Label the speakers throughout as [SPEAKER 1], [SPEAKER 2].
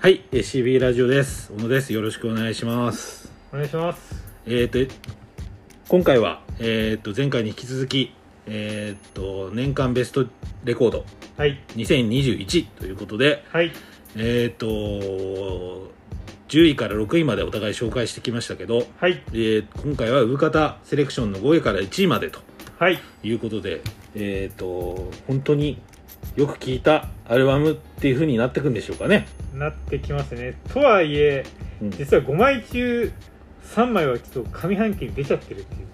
[SPEAKER 1] はい、えー CB ラジオです。小野です。よろしくお願いします。
[SPEAKER 2] お願いします
[SPEAKER 1] えー、と、今回は、えー、と、前回に引き続き、えー、と、年間ベストレコード
[SPEAKER 2] はい
[SPEAKER 1] 2021ということで、
[SPEAKER 2] はい
[SPEAKER 1] えー、と、10位から6位までお互い紹介してきましたけど、
[SPEAKER 2] はい
[SPEAKER 1] えー今回は産方セレクションの5位から1位までと
[SPEAKER 2] はい
[SPEAKER 1] いうことで、えー、と、本当によく聞いたアルバムっていう風になってくんでしょうかね。
[SPEAKER 2] なってきますねとはいえ
[SPEAKER 1] うん
[SPEAKER 2] 実は5枚中3枚はちょっと上半期に出ちゃってるっていうね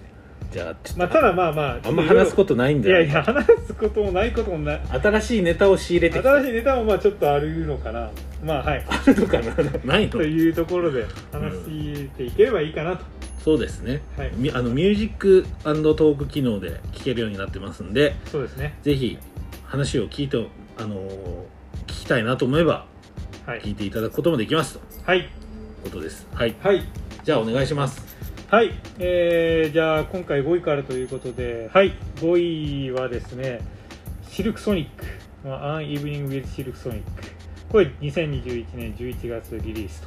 [SPEAKER 1] じゃあ、ちょっと
[SPEAKER 2] まあただまあまあ
[SPEAKER 1] あんま話すことないん
[SPEAKER 2] と
[SPEAKER 1] だ
[SPEAKER 2] い
[SPEAKER 1] よ
[SPEAKER 2] やいや話すこともないこともない
[SPEAKER 1] 新しいネタを仕入れてきた
[SPEAKER 2] 新しいネタもまあちょっとあるのかなまあはい
[SPEAKER 1] あるのかなない
[SPEAKER 2] と
[SPEAKER 1] の
[SPEAKER 2] いうところで話していければいいかなと、
[SPEAKER 1] そうですね
[SPEAKER 2] はい
[SPEAKER 1] みあのミュージックトーク機能で聴けるようになってますんで
[SPEAKER 2] そうですね
[SPEAKER 1] ぜひ話を聞いて、あのー聞きたいなと思えば
[SPEAKER 2] はい
[SPEAKER 1] 聞いていただくこともできますという
[SPEAKER 2] はい
[SPEAKER 1] ことですはい
[SPEAKER 2] はい
[SPEAKER 1] じゃあお願いします
[SPEAKER 2] はい、えー、じゃあ今回5位からということで、はい、5位はですね、シルクソニック、まあ、An Evening with シルクソニック、これ2021年11月リリース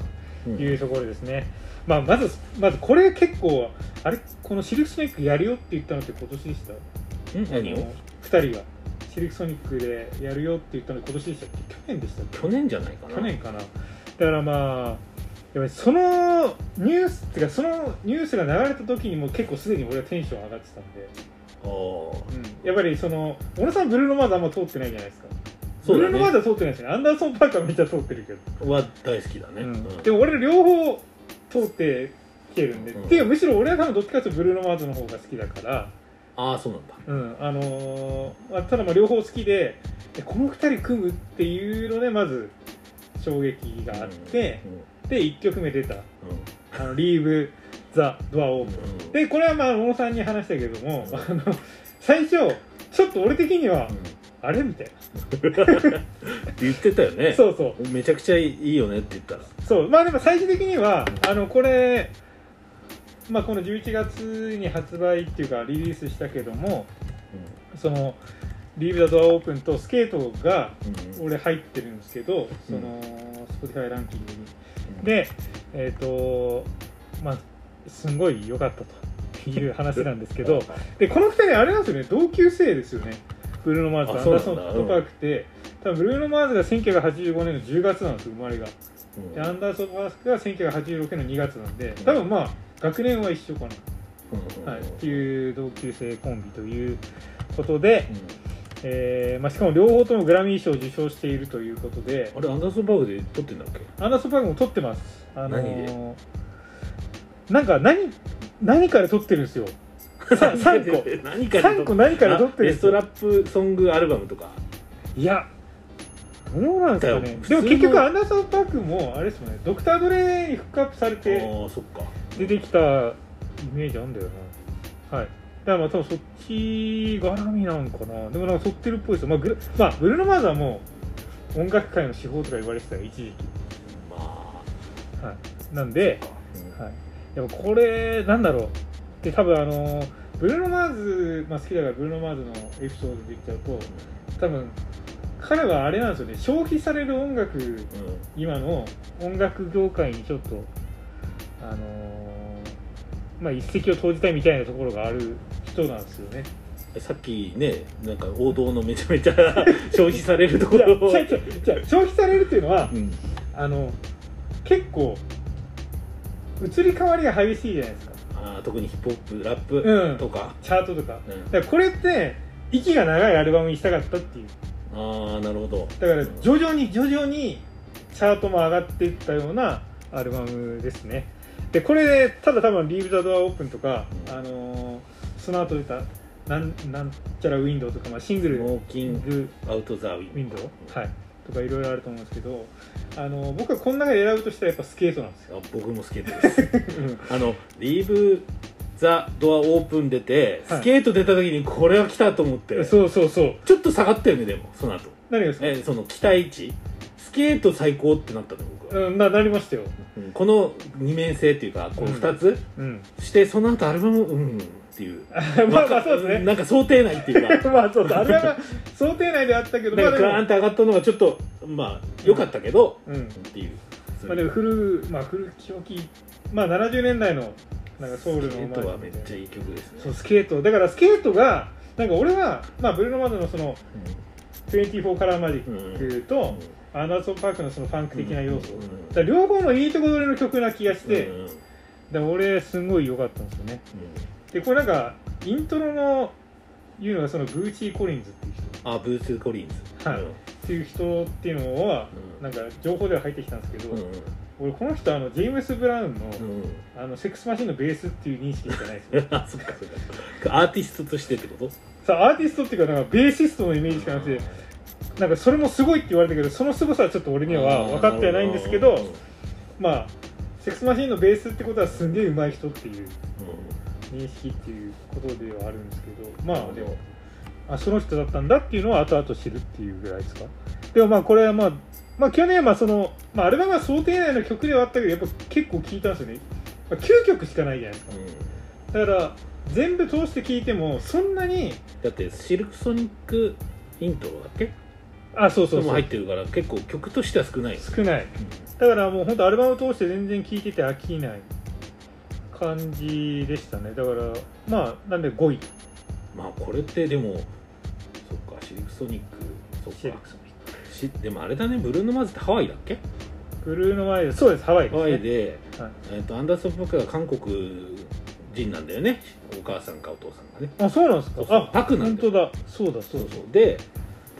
[SPEAKER 1] う
[SPEAKER 2] と
[SPEAKER 1] ん
[SPEAKER 2] いうところですね。まあ、まず、まずこれ結構、あれ、このシルクソニックやるよって言ったのって今年でした
[SPEAKER 1] ん何を
[SPEAKER 2] ?2 人がシルクソニックでやるよって言ったの今年でしたっけ去年でしたっけ
[SPEAKER 1] 去年じゃないかな
[SPEAKER 2] 去年かなだからまあやっぱりそのニュースっていうかそのニュースが流れた時にもう結構すでに俺はテンション上がってたんで、
[SPEAKER 1] あー
[SPEAKER 2] やっぱりその小野さんブルーノ・マーズあんま通ってないじゃないですか、
[SPEAKER 1] そう
[SPEAKER 2] ブ
[SPEAKER 1] だ
[SPEAKER 2] ルーノ・マー
[SPEAKER 1] ね
[SPEAKER 2] ズは通ってないですねアンダーソン・パーカーめっちゃ通ってるけど、
[SPEAKER 1] は大好きだね、うん
[SPEAKER 2] でも俺両方通ってきてるんで、
[SPEAKER 1] うん
[SPEAKER 2] っていうかむしろ俺は多分どっちかというとブルーノ・マーズの方が好きだから、
[SPEAKER 1] ああそうなんだ
[SPEAKER 2] うんあのーまあ、ただまあ両方好きででこの2人組むっていうのでまず衝撃があって、
[SPEAKER 1] うん
[SPEAKER 2] で1曲目出た
[SPEAKER 1] うん
[SPEAKER 2] あのリーブ・ザ・ドア・オープ
[SPEAKER 1] うん
[SPEAKER 2] ン。で、これはまあ、小野さんに話したけども、あの、最初、ちょっと俺的には
[SPEAKER 1] う、ん
[SPEAKER 2] あれみたい
[SPEAKER 1] って言ってたよね
[SPEAKER 2] な。そうそう。
[SPEAKER 1] めちゃくちゃいいよねって言ったら
[SPEAKER 2] そう。まあでも最終的には、あの、これ、まあこの11月に発売っていうか、リリースしたけども、その、リーブ・ザ・ドア・オープンとスケートが、
[SPEAKER 1] うん
[SPEAKER 2] 俺入ってるんですけど、その、Spotify ランキングに。で、えっ、と、まあ、すんごい良かったという話なんですけど、でこの2人あれなんですよね同級生ですよねブルーノ・マーズ
[SPEAKER 1] あ
[SPEAKER 2] とアンダー
[SPEAKER 1] そ
[SPEAKER 2] ソ
[SPEAKER 1] う
[SPEAKER 2] ン・
[SPEAKER 1] なんだ
[SPEAKER 2] とパークって、多分ブルーノ・マーズが1985年の10月なんですよ生まれが
[SPEAKER 1] うん
[SPEAKER 2] でアンダーソン・パークが1986年の2月なんで多分まあ学年は一緒かな、はい、って
[SPEAKER 1] う
[SPEAKER 2] いう同級生コンビということで
[SPEAKER 1] ん、、
[SPEAKER 2] えーまあ、しかも両方ともグラミー賞を受賞しているということで
[SPEAKER 1] あれアンダーソンバーグで撮ってんだっけ
[SPEAKER 2] アンダーソン・パークも撮ってますあのー
[SPEAKER 1] 何
[SPEAKER 2] なんか何何から撮ってるんですよ 3個
[SPEAKER 1] 何か
[SPEAKER 2] 3個何から撮ってる
[SPEAKER 1] ベ
[SPEAKER 2] んで
[SPEAKER 1] ス
[SPEAKER 2] すよ
[SPEAKER 1] トラップソングアルバムとか
[SPEAKER 2] いや、どうなんです
[SPEAKER 1] だ
[SPEAKER 2] かね。で
[SPEAKER 1] よ
[SPEAKER 2] も
[SPEAKER 1] 普通の
[SPEAKER 2] 結局、アンダーソン・パークも、あれですもんね、ドクター・ドレーにフックアップされ
[SPEAKER 1] ああ
[SPEAKER 2] て
[SPEAKER 1] そっか
[SPEAKER 2] 出てきたイメージあるんだよな。はい。だからまあ、多分そっち絡みなんかな。でもなんか、そってるっぽいですよ。まあ、グルまあ、ブルーノ・マーズはもう、音楽界の司法とか言われてたよ、一時期。
[SPEAKER 1] ま
[SPEAKER 2] はい。なんで
[SPEAKER 1] あ、
[SPEAKER 2] はい。やっぱこれ、なんだろう。で、多分あのーブルーノ・マーズ、まあ、好きだからブルーノ・マーズのエピソードで言っちゃうと、多分彼はあれなんですよね消費される音楽
[SPEAKER 1] うん
[SPEAKER 2] 今の音楽業界にちょっとあのーまあ一石を投じたいみたいなところがある人なんですよね
[SPEAKER 1] うんさっきねなんか王道のめちゃめちゃ消費されるとこ
[SPEAKER 2] じゃあ
[SPEAKER 1] ろを
[SPEAKER 2] 違う違う違う消費されるっていうのは
[SPEAKER 1] うん
[SPEAKER 2] あの結構移り変わりが激しいじゃないですか
[SPEAKER 1] あー特にヒップホップラップ
[SPEAKER 2] うん
[SPEAKER 1] とか、
[SPEAKER 2] チャートとか
[SPEAKER 1] うん
[SPEAKER 2] だからこれって息が長いアルバムにしたかったっていう
[SPEAKER 1] ああなるほど
[SPEAKER 2] だか
[SPEAKER 1] う
[SPEAKER 2] ら
[SPEAKER 1] ん
[SPEAKER 2] 徐々に徐々にチャートも上がっていったようなアルバムですねでこれただ多分「リーブ・ザ・ドア・オープン」とか、
[SPEAKER 1] うん
[SPEAKER 2] あのーその後出たなん「なんちゃらウィンドウ」とか、まあ、シングル
[SPEAKER 1] モーキ
[SPEAKER 2] シン
[SPEAKER 1] ン
[SPEAKER 2] グル
[SPEAKER 1] グアウトザウ
[SPEAKER 2] ウィ
[SPEAKER 1] ィン
[SPEAKER 2] ンドウ、はい、とかいろいろあると思うんですけど、あのー僕はこの中で選ぶとしたらやっぱスケートなんですよ
[SPEAKER 1] あ僕も好きですあのリーブ・ザ・ドア・オープン出て、
[SPEAKER 2] はい
[SPEAKER 1] スケート出た時にこれは来たと思っ
[SPEAKER 2] う
[SPEAKER 1] て
[SPEAKER 2] ん そうそうそう
[SPEAKER 1] ちょっと下がったよねでもその後
[SPEAKER 2] 何がですか、
[SPEAKER 1] えその期待値スケート最高ってなったの僕は、
[SPEAKER 2] うん、ななりましたよ、
[SPEAKER 1] うんこの二面性っていうかこう
[SPEAKER 2] うん
[SPEAKER 1] 2つ
[SPEAKER 2] うん、
[SPEAKER 1] してその後アルバムうんっていう
[SPEAKER 2] まあまあそうですね
[SPEAKER 1] なんか想定内っていうか
[SPEAKER 2] まあそうそうあれは想定内であったけど
[SPEAKER 1] な
[SPEAKER 2] ま
[SPEAKER 1] んかガーンっ
[SPEAKER 2] あで
[SPEAKER 1] て上がったのがちょっとまあ良かったけど、
[SPEAKER 2] も、うん、
[SPEAKER 1] っていう
[SPEAKER 2] まあ、でも古,、まあ、古き良き、まあ、70年代のなんかソウルの
[SPEAKER 1] スケートはめっちゃ
[SPEAKER 2] い
[SPEAKER 1] いい曲ですね
[SPEAKER 2] そうスケートだからスケートがなんか俺は、まあ、ブルーノ・マーズのその24カラーマジックと、アンダーソン・パークのそのファンク的な要素、
[SPEAKER 1] うんうんうん
[SPEAKER 2] だから両方のいいとこ取りの曲な気がして、
[SPEAKER 1] うんうん
[SPEAKER 2] だから俺すごい良かったんですよねでこれなんかイントロのいうのがそのグーチー・コリンズっていう人っ
[SPEAKER 1] あブース・コリンズ
[SPEAKER 2] はいていう人っていうのは
[SPEAKER 1] うん
[SPEAKER 2] なんか情報では入ってきたんですけど、
[SPEAKER 1] うんうん
[SPEAKER 2] 俺この人あのジェームス・ブラウンの,、
[SPEAKER 1] うんうん
[SPEAKER 2] あのセックスマシンのベースっていう認識しかないですよ
[SPEAKER 1] あそっかそっかアーティストとしてってこと
[SPEAKER 2] さあアーティストっていうかなんかベーシストのイメージしかなくてなんかそれもすごいって言われたけどその凄さはちょっと俺には分かってはないんですけ
[SPEAKER 1] う
[SPEAKER 2] ど
[SPEAKER 1] んうん
[SPEAKER 2] まあセックスマシンのベースってことはすんげえ上手い人っていう認識っていうことではあるんですけどまあでもあその人だったんだっていうのは後々知るっていうぐらいですかでもまあこれはまあまあ去年はその、まあ、アルバムは想定内の曲ではあったけどやっぱ結構聴いたんですよね、まあ、9曲しかないじゃないですか
[SPEAKER 1] うん
[SPEAKER 2] だから全部通して聴いてもそんなに
[SPEAKER 1] だってシルクソニックイントロだっけ
[SPEAKER 2] あそうそ
[SPEAKER 1] そうも
[SPEAKER 2] そ
[SPEAKER 1] 入
[SPEAKER 2] う
[SPEAKER 1] ってるから結構曲としては少ないです
[SPEAKER 2] 少ないだからもう本当アルバムを通して全然聴いてて飽きない感じでしたねだからまあなんで5位
[SPEAKER 1] まあこれってでもそっかシルクソニックそ
[SPEAKER 2] シェ
[SPEAKER 1] っか
[SPEAKER 2] ルクソニック
[SPEAKER 1] しでもあれだねブルーノ・マーズってハワイだっけ
[SPEAKER 2] ブルーノ・マイルそうですハワイです、
[SPEAKER 1] ハ
[SPEAKER 2] ね、
[SPEAKER 1] ワイで、
[SPEAKER 2] はい
[SPEAKER 1] えっとアンダーソン・パークが韓国人なんだよねお母さんかお父さんがね
[SPEAKER 2] あそうなんですか
[SPEAKER 1] そうそう
[SPEAKER 2] あ
[SPEAKER 1] パクなん
[SPEAKER 2] 本
[SPEAKER 1] だよ
[SPEAKER 2] 当だそうだそう
[SPEAKER 1] そう
[SPEAKER 2] だ
[SPEAKER 1] そうで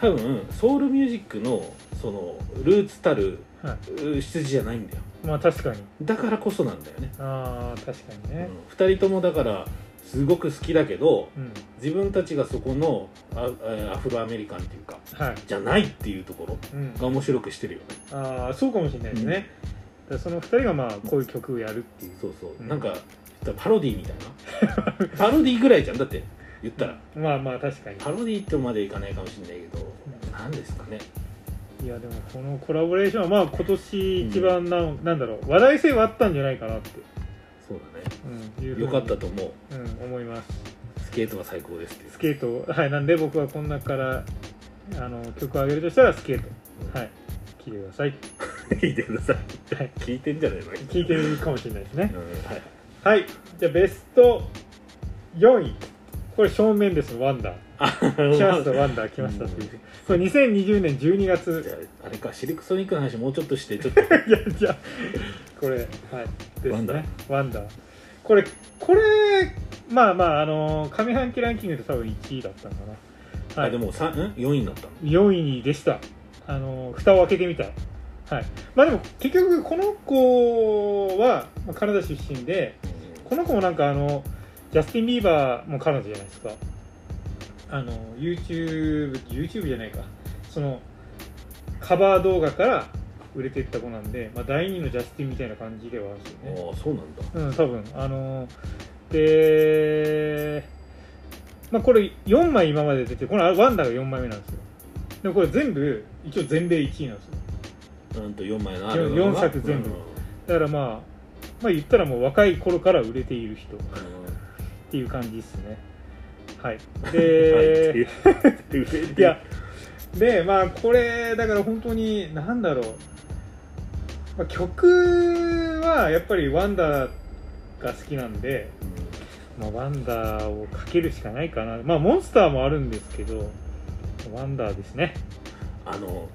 [SPEAKER 1] 多分ソウルミュージックのそのルーツたる、
[SPEAKER 2] は
[SPEAKER 1] う羊じゃないんだよ
[SPEAKER 2] まあ確かに
[SPEAKER 1] だからこそなんだよね、
[SPEAKER 2] あー確かに
[SPEAKER 1] うん
[SPEAKER 2] ね、
[SPEAKER 1] 2人ともだからすごく好きだけど
[SPEAKER 2] うん、
[SPEAKER 1] 自分たちがそこのあえーアフロアメリカンっていうか
[SPEAKER 2] はい、
[SPEAKER 1] じゃないっていうところ
[SPEAKER 2] うん、
[SPEAKER 1] が面白くしてるよね
[SPEAKER 2] ああそうかもしれないですね、だからその二人がまあこういう曲をやるっていう
[SPEAKER 1] そうそう、
[SPEAKER 2] うん
[SPEAKER 1] なんか言ったらパロディみたいな パロディぐらいじゃんだって言ったら
[SPEAKER 2] まあまあ確かに
[SPEAKER 1] パロディってまでいかないかもしれないけど何ですかね
[SPEAKER 2] いやでもこのコラボレーションはまあ今年一番な,、ん、なんだろう話題性はあったんじゃないかなって、
[SPEAKER 1] そう
[SPEAKER 2] うん、いう
[SPEAKER 1] だね
[SPEAKER 2] ふうに
[SPEAKER 1] よかったと思う
[SPEAKER 2] うん、思います
[SPEAKER 1] スケートは最高ですって
[SPEAKER 2] スケートはいなんで僕はこの中からあの曲を上げるとしたらスケートはい聴いてください
[SPEAKER 1] 聞いてください
[SPEAKER 2] はい
[SPEAKER 1] 聞いてんじゃないの
[SPEAKER 2] 聴いてるかもしれないですね
[SPEAKER 1] うんはい
[SPEAKER 2] はい、じゃあベスト4位、これ正面です、ワンダー。
[SPEAKER 1] あ
[SPEAKER 2] 来ました、ワンダー来ましたっていう。これ2020年12
[SPEAKER 1] じ
[SPEAKER 2] 月、
[SPEAKER 1] ゃ ああれかシルクソニックの話もうちょっとしてちょっと
[SPEAKER 2] いや、 じゃあこれ、はい、で
[SPEAKER 1] ワ
[SPEAKER 2] す
[SPEAKER 1] ンダー
[SPEAKER 2] ね、ワンダー。これ、これ、まあまあ、あのー上半期ランキングで多分1位だったのかな。は
[SPEAKER 1] あ
[SPEAKER 2] い、
[SPEAKER 1] でもさん4位になったの
[SPEAKER 2] 4位にでした。あのー蓋を開けてみた。はい。まあでも、結局、この子は、まあカナダ出身で、この子もなんかあのジャスティン・ビーバーも彼女じゃないですかあの YouTube, YouTube じゃないかそのカバー動画から売れていった子なんで、まあ、第二のジャスティンみたいな感じではあるんですよね
[SPEAKER 1] ああそうなんだ
[SPEAKER 2] うん多分あのでまあこれ4枚今まで出てこのワンダーが4枚目なんですよでもこれ全部一応全米1位なんですよ
[SPEAKER 1] うんと4枚のアルバム
[SPEAKER 2] 四
[SPEAKER 1] が
[SPEAKER 2] 作全部
[SPEAKER 1] うんうん
[SPEAKER 2] だからまあまあ言ったらもう若い頃から売れている人っていう感じですね。 はい。
[SPEAKER 1] はい
[SPEAKER 2] で、
[SPEAKER 1] っていう
[SPEAKER 2] い や、で、まあ、これ、だから本当に、なんだろう、まあ、曲はやっぱりワンダーが好きなんで、まあ、ワンダーをかけるしかないかな。まあ、モンスターもあるんですけど、ワンダーですね。
[SPEAKER 1] あの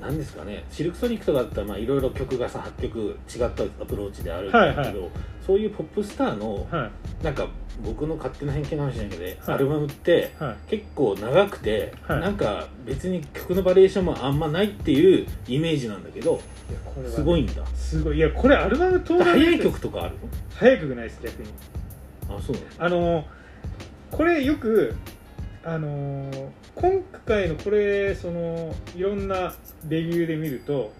[SPEAKER 1] 何ですかねシルクソニックとかだったらまあいろいろ曲がさ8曲違ったアプローチであるんだけど、
[SPEAKER 2] はいは
[SPEAKER 1] そういうポップスターの
[SPEAKER 2] は
[SPEAKER 1] なんか僕の勝手な偏見かもしれないけど、
[SPEAKER 2] はい
[SPEAKER 1] アルバムって
[SPEAKER 2] い。はい。
[SPEAKER 1] 結構長くて、
[SPEAKER 2] はい
[SPEAKER 1] なんか別に曲のバリエーションもあんまないっていうイメージなんだけど
[SPEAKER 2] いやこれはね
[SPEAKER 1] すごいんだ
[SPEAKER 2] すごい。いや、これアルバム当然
[SPEAKER 1] 早い曲とかある
[SPEAKER 2] 早い曲ないです、逆に。
[SPEAKER 1] のあそうな
[SPEAKER 2] あのこれよくあの今回のこれそのいろんなレビューで見ると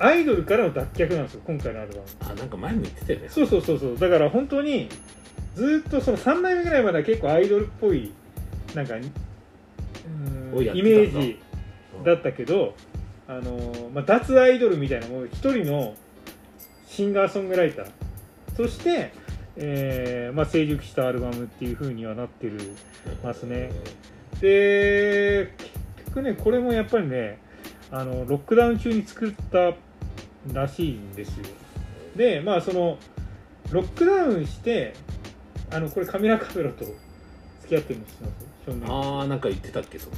[SPEAKER 2] アイドルからの脱却なんですよ今回のアルバム
[SPEAKER 1] のあなんか前も言ってたよね
[SPEAKER 2] そうそうそうそうだから本当にずっとその3代目ぐらいまでは結構アイドルっぽいなんかう
[SPEAKER 1] を
[SPEAKER 2] ー
[SPEAKER 1] やっ
[SPEAKER 2] ん
[SPEAKER 1] て
[SPEAKER 2] イ
[SPEAKER 1] たんだ
[SPEAKER 2] メージだったけどあの、まあ、脱アイドルみたいなもう一人のシンガーソングライターとして、えーまあ、成熟したアルバムっていう風にはなってるますねで結局ねこれもやっぱりねあのロックダウン中に作ったらしいんですよでまあそのロックダウンしてあのこれカミラ・カメロと付き合ってるの知ってます少年
[SPEAKER 1] ああなんか言ってたっけ そ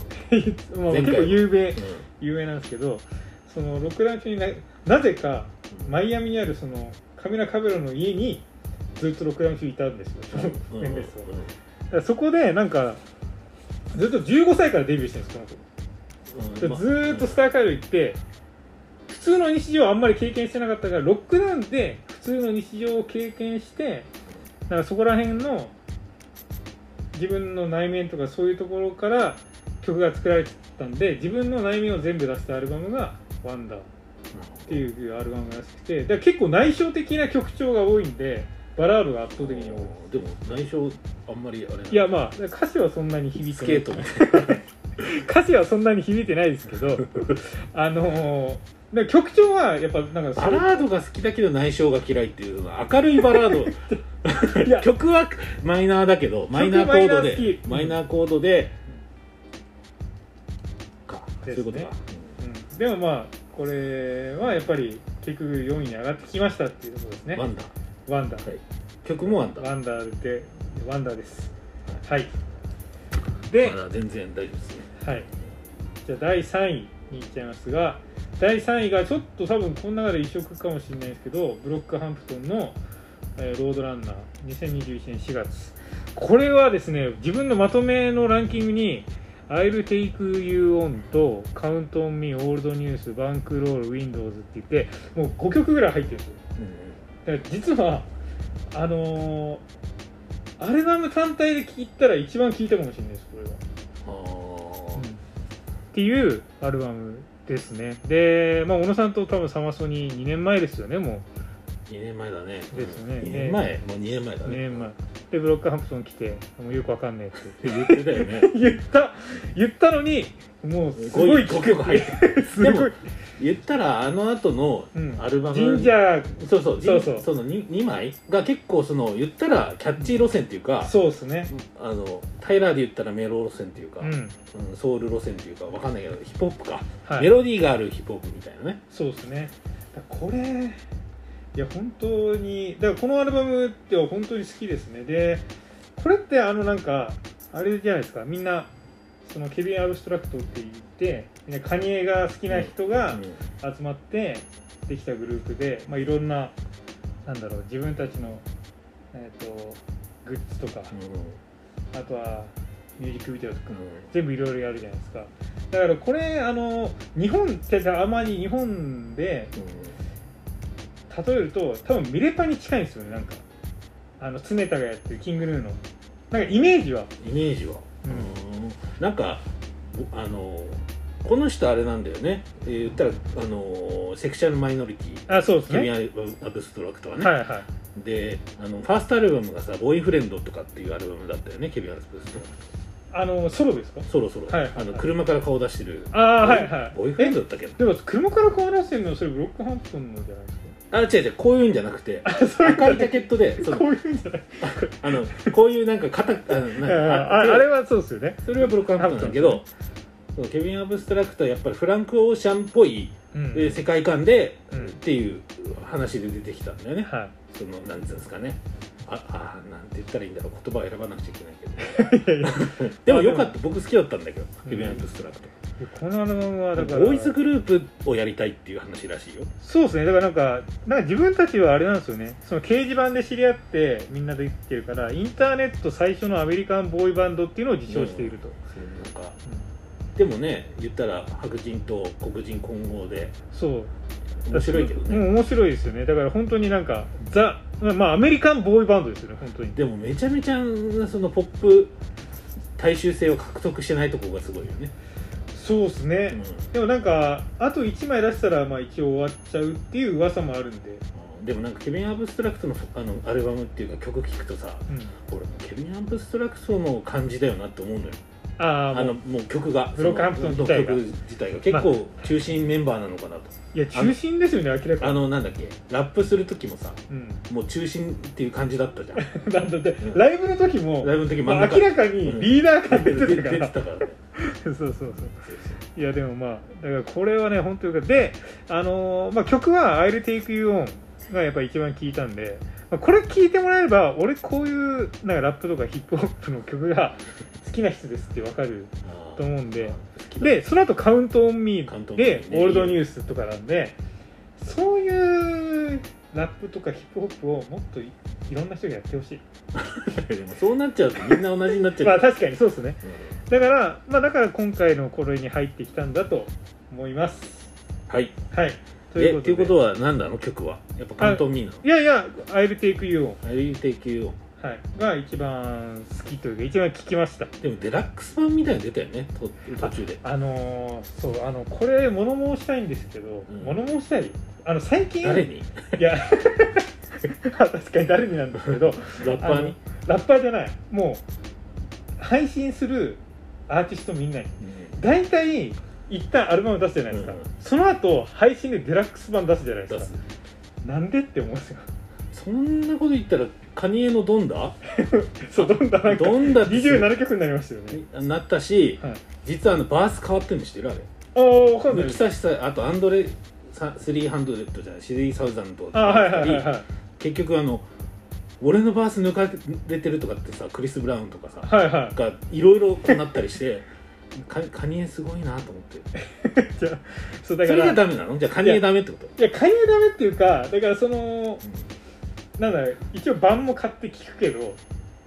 [SPEAKER 1] の、
[SPEAKER 2] まあ
[SPEAKER 1] 前回
[SPEAKER 2] 結構有名
[SPEAKER 1] うん
[SPEAKER 2] 有名なんですけどそのロックダウン中にななぜかマイアミにあるそのカミラ・カメロの家にずっとロックダウン中いたんですよ、
[SPEAKER 1] うん
[SPEAKER 2] メンデスはだからそこでなんかずっと15歳からデビューしてるんですこの子
[SPEAKER 1] うん
[SPEAKER 2] ずーっとスター街道行って普通の日常をあんまり経験してなかったからロックダウンで普通の日常を経験してだからそこら辺の自分の内面とかそういうところから曲が作られてたんで自分の内面を全部出したアルバムが「ワンダーっ
[SPEAKER 1] って
[SPEAKER 2] いうアルバムらしくてだから結構内省的な曲調が多いんでバラードが圧倒的に多い
[SPEAKER 1] でも内緒あんまりあれない
[SPEAKER 2] やまあ歌詞はそんなに響
[SPEAKER 1] ス
[SPEAKER 2] かな
[SPEAKER 1] ケ
[SPEAKER 2] い
[SPEAKER 1] ートみたい
[SPEAKER 2] 歌詞はそんなに響いてないですけどあのーで曲調はやっぱなんか
[SPEAKER 1] なバ
[SPEAKER 2] そう
[SPEAKER 1] ラードが好きだけど内緒が嫌いっていうのは明るいバラー
[SPEAKER 2] いや
[SPEAKER 1] ド曲はマイナーだけどマイナーコード
[SPEAKER 2] マイナー
[SPEAKER 1] で
[SPEAKER 2] 好き
[SPEAKER 1] マイナーコードでかそう
[SPEAKER 2] で
[SPEAKER 1] いう
[SPEAKER 2] す
[SPEAKER 1] こ
[SPEAKER 2] ね
[SPEAKER 1] とか
[SPEAKER 2] うんでもまあこれはやっぱり結局4位に上がってきましたっていうところですね
[SPEAKER 1] ワンダー
[SPEAKER 2] ワンダー
[SPEAKER 1] はい曲もワンダー
[SPEAKER 2] ワンダーでワンダーですはいで、
[SPEAKER 1] まだ全然大丈夫ですね
[SPEAKER 2] はい、じゃあ第3位にいっちゃいますが第3位がちょっと多分この中で異色かもしれないですけどブロックハンプトンの、えーロードランナー2021年4月これはですね自分のまとめのランキングに「I'll take you on」と「Count on me」「Old News」「バンクロール」「Windows」って言ってもう5曲ぐらい入ってるんですよだから実はあのーアルバム単体で聴いたら一番聴いたかもしれないですこれは。
[SPEAKER 1] あー
[SPEAKER 2] っていうアルバムですねで、まあ、小野さんと多分サマソニー2年前ですよねも
[SPEAKER 1] 2年前だね
[SPEAKER 2] ですね
[SPEAKER 1] 2年前もう2年前
[SPEAKER 2] う
[SPEAKER 1] だ
[SPEAKER 2] 2
[SPEAKER 1] ね
[SPEAKER 2] 年前でブロックハンプトン来てもうよくわかんねえ
[SPEAKER 1] 言ってたよね
[SPEAKER 2] って 言った言ったのにもうす
[SPEAKER 1] すご
[SPEAKER 2] ご
[SPEAKER 1] い
[SPEAKER 2] い
[SPEAKER 1] 5曲入って
[SPEAKER 2] すご
[SPEAKER 1] で
[SPEAKER 2] い
[SPEAKER 1] も言ったらあの後の
[SPEAKER 2] うん
[SPEAKER 1] アルバム、
[SPEAKER 2] ジンジャー
[SPEAKER 1] そうそう
[SPEAKER 2] そうそ
[SPEAKER 1] そううその 2, 二枚が結構その言ったらキャッチー路線っていうか、
[SPEAKER 2] そうですね
[SPEAKER 1] あのタイラーで言ったらメロ路線っていうか、
[SPEAKER 2] う
[SPEAKER 1] うん
[SPEAKER 2] ん
[SPEAKER 1] ソウル路線っていうかわかんないけどヒップホップか、
[SPEAKER 2] は
[SPEAKER 1] メ
[SPEAKER 2] い
[SPEAKER 1] ロディーがあるヒップホップみたいなね
[SPEAKER 2] そうですねだからこれいや本当にだからこのアルバムって本当に好きですねでこれってあのなんかあれじゃないですかみんなそのケビン・アブストラクトって言ってみんなカニエが好きな人が
[SPEAKER 1] う
[SPEAKER 2] 集まってできたグループで、まあ、いろんななんだろう自分たちの、えー、とグッズとか
[SPEAKER 1] んうん
[SPEAKER 2] あとはミュージックビデオとか全部いろいろやるじゃないですかだからこれあの日本じゃじゃああまり日本で例えると多分ミレパに近いんですよねなんかあの常田がやってるキングヌーのなんかイメージは
[SPEAKER 1] うんイメージは、
[SPEAKER 2] うん
[SPEAKER 1] うんなんかぼあのこの人あれなんだよね、えー言ったらあのセクシャルマイノリティ
[SPEAKER 2] あそうです
[SPEAKER 1] ケビン
[SPEAKER 2] ね
[SPEAKER 1] アブ・アブストラクトはね、
[SPEAKER 2] はいはい
[SPEAKER 1] であのファーストアルバムがさ「ボーイフレンド」とかっていうアルバムだったよねケビン・アブストラクト
[SPEAKER 2] あのソロですか
[SPEAKER 1] そろそろ、
[SPEAKER 2] はいはい
[SPEAKER 1] あの車から顔出してる
[SPEAKER 2] ああはいはい
[SPEAKER 1] ボーイフレンドだったっけ
[SPEAKER 2] でも車から顔出してるのはそれブロックハンプトンのじゃないですか
[SPEAKER 1] あ違う違うこういうんじゃなくて
[SPEAKER 2] あそれ
[SPEAKER 1] 赤いジャケットでその
[SPEAKER 2] こういうんじゃない
[SPEAKER 1] あのこういうなんか肩あのなんか
[SPEAKER 2] ああ
[SPEAKER 1] って
[SPEAKER 2] れはそうですよね
[SPEAKER 1] それはブロックハンプなんだけどそうケビン・アブストラクトはやっぱりフランク・オーシャンっぽい、
[SPEAKER 2] うん
[SPEAKER 1] えー世界観で、
[SPEAKER 2] うん
[SPEAKER 1] っていう話で出てきたんだよね
[SPEAKER 2] は
[SPEAKER 1] そのなんていうんですかねああーなんて言ったらいいんだろう言葉を選ばなくちゃいけないけど
[SPEAKER 2] いいやいや
[SPEAKER 1] でもよかった僕好きだったんだけど
[SPEAKER 2] うん
[SPEAKER 1] ケビン・アブストラクト、
[SPEAKER 2] このアルバムはだから
[SPEAKER 1] ボーイズグループをやりたいっていう話らしいよ
[SPEAKER 2] そうですねだからなんかなんか自分たちはあれなんですよねその掲示板で知り合ってみんなできてるからインターネット最初のアメリカンボーイバンドっていうのを自称していると、
[SPEAKER 1] そうなんかでもね言ったら白人と黒人混合で
[SPEAKER 2] そう
[SPEAKER 1] 面白いけど
[SPEAKER 2] う
[SPEAKER 1] ね、
[SPEAKER 2] ん面白いですよねだから本当になんかザまあアメリカンボーイバンドですよね本当に
[SPEAKER 1] でもめちゃめちゃそのポップ大衆性を獲得してないところがすごいよね、
[SPEAKER 2] そうですね、でもなんかあと1枚出したらまあ一応終わっちゃうっていう噂もあるんで、
[SPEAKER 1] うんでもなんかケビン・アブストラクトのあのアルバムっていうか曲聴くとさ
[SPEAKER 2] うん、
[SPEAKER 1] 俺もうケビン・アブストラクトの感じだよなって思うのよ
[SPEAKER 2] あ
[SPEAKER 1] あ
[SPEAKER 2] あ
[SPEAKER 1] の
[SPEAKER 2] の
[SPEAKER 1] もう曲が
[SPEAKER 2] ブロックハンプトン自体が
[SPEAKER 1] その曲自体が結構中心メンバーなのかなと、
[SPEAKER 2] いや中心ですよね明らか
[SPEAKER 1] あ
[SPEAKER 2] に
[SPEAKER 1] のなんだっけラップする時もさ
[SPEAKER 2] うん、
[SPEAKER 1] もう中心っていう感じだったじゃん
[SPEAKER 2] なんだってライブの時も
[SPEAKER 1] ライブの時真ん
[SPEAKER 2] まあ
[SPEAKER 1] 中
[SPEAKER 2] 明らかにリーダー感出て
[SPEAKER 1] 出
[SPEAKER 2] たか
[SPEAKER 1] てた
[SPEAKER 2] ら、
[SPEAKER 1] からね
[SPEAKER 2] そうそうそういやでもまあだからこれはね本当によかったであのーまあ、曲は「I'll Take You On」がやっぱ一番聴いたんで、まあ、これ聴いてもらえれば俺こういうなんかラップとかヒップホップの曲が好きな人ですってわかる
[SPEAKER 1] あー
[SPEAKER 2] と思うんで
[SPEAKER 1] 好きだ
[SPEAKER 2] でその後カウント・オン・ミ
[SPEAKER 1] Count on
[SPEAKER 2] ー
[SPEAKER 1] Me
[SPEAKER 2] で
[SPEAKER 1] ね
[SPEAKER 2] オールドニュースとかなんでそういうラップとかヒップホップをもっといいろんな人がやってほしい
[SPEAKER 1] でもそうなっちゃうとみんな同じになっち
[SPEAKER 2] ま
[SPEAKER 1] ゃ
[SPEAKER 2] あ
[SPEAKER 1] う、
[SPEAKER 2] 確かにそうですね
[SPEAKER 1] うん
[SPEAKER 2] だからまあだから今回のこれに入ってきたんだと思います
[SPEAKER 1] はい
[SPEAKER 2] はいと
[SPEAKER 1] えって
[SPEAKER 2] い
[SPEAKER 1] いうう
[SPEAKER 2] こ
[SPEAKER 1] ことと
[SPEAKER 2] で
[SPEAKER 1] は何なの曲はやっぱ関東ミーなの
[SPEAKER 2] いやいや「I'll Take You On」
[SPEAKER 1] 「I'll Take You On
[SPEAKER 2] はい、が一番好きというか一番聞きました」
[SPEAKER 1] でもデラックス版みたいに出たよねと途中で
[SPEAKER 2] あのーそうあのこれ物申したいんですけど、
[SPEAKER 1] うん
[SPEAKER 2] 物申したいあの最近
[SPEAKER 1] 誰に
[SPEAKER 2] いや 確かに誰になんですけど
[SPEAKER 1] ラッパーに
[SPEAKER 2] あのラッパーじゃないもう配信するアーティストみんなに大体一旦アルバム出すじゃないですか、
[SPEAKER 1] うん
[SPEAKER 2] その後配信でデラックス版出すじゃないで
[SPEAKER 1] 出
[SPEAKER 2] す
[SPEAKER 1] す
[SPEAKER 2] かなんでって思うんですよ
[SPEAKER 1] そんなこと言ったらカニエのドンダ
[SPEAKER 2] そうどんどんなんか
[SPEAKER 1] ドンダって
[SPEAKER 2] 27曲になりましたよね
[SPEAKER 1] なったし、
[SPEAKER 2] はい
[SPEAKER 1] 実はあのバース変わってるのしてるあれ
[SPEAKER 2] ああわかんな
[SPEAKER 1] 抜
[SPEAKER 2] いで
[SPEAKER 1] き
[SPEAKER 2] す
[SPEAKER 1] 差しさあとアンドレさ300じゃないシリーサウザンドと
[SPEAKER 2] あ
[SPEAKER 1] か
[SPEAKER 2] はいはいはいはい
[SPEAKER 1] 結局あの俺のバース抜かれてるとかってさクリス・ブラウンとかさ
[SPEAKER 2] はいはい
[SPEAKER 1] がいろいろこうなったりして カカニエすごいなと思って
[SPEAKER 2] じゃあそうだ
[SPEAKER 1] それ
[SPEAKER 2] から
[SPEAKER 1] がダメなのじゃあカニエダメってこと
[SPEAKER 2] いや買いダメっていうかだからそのなんだ一応版も買って聞くけど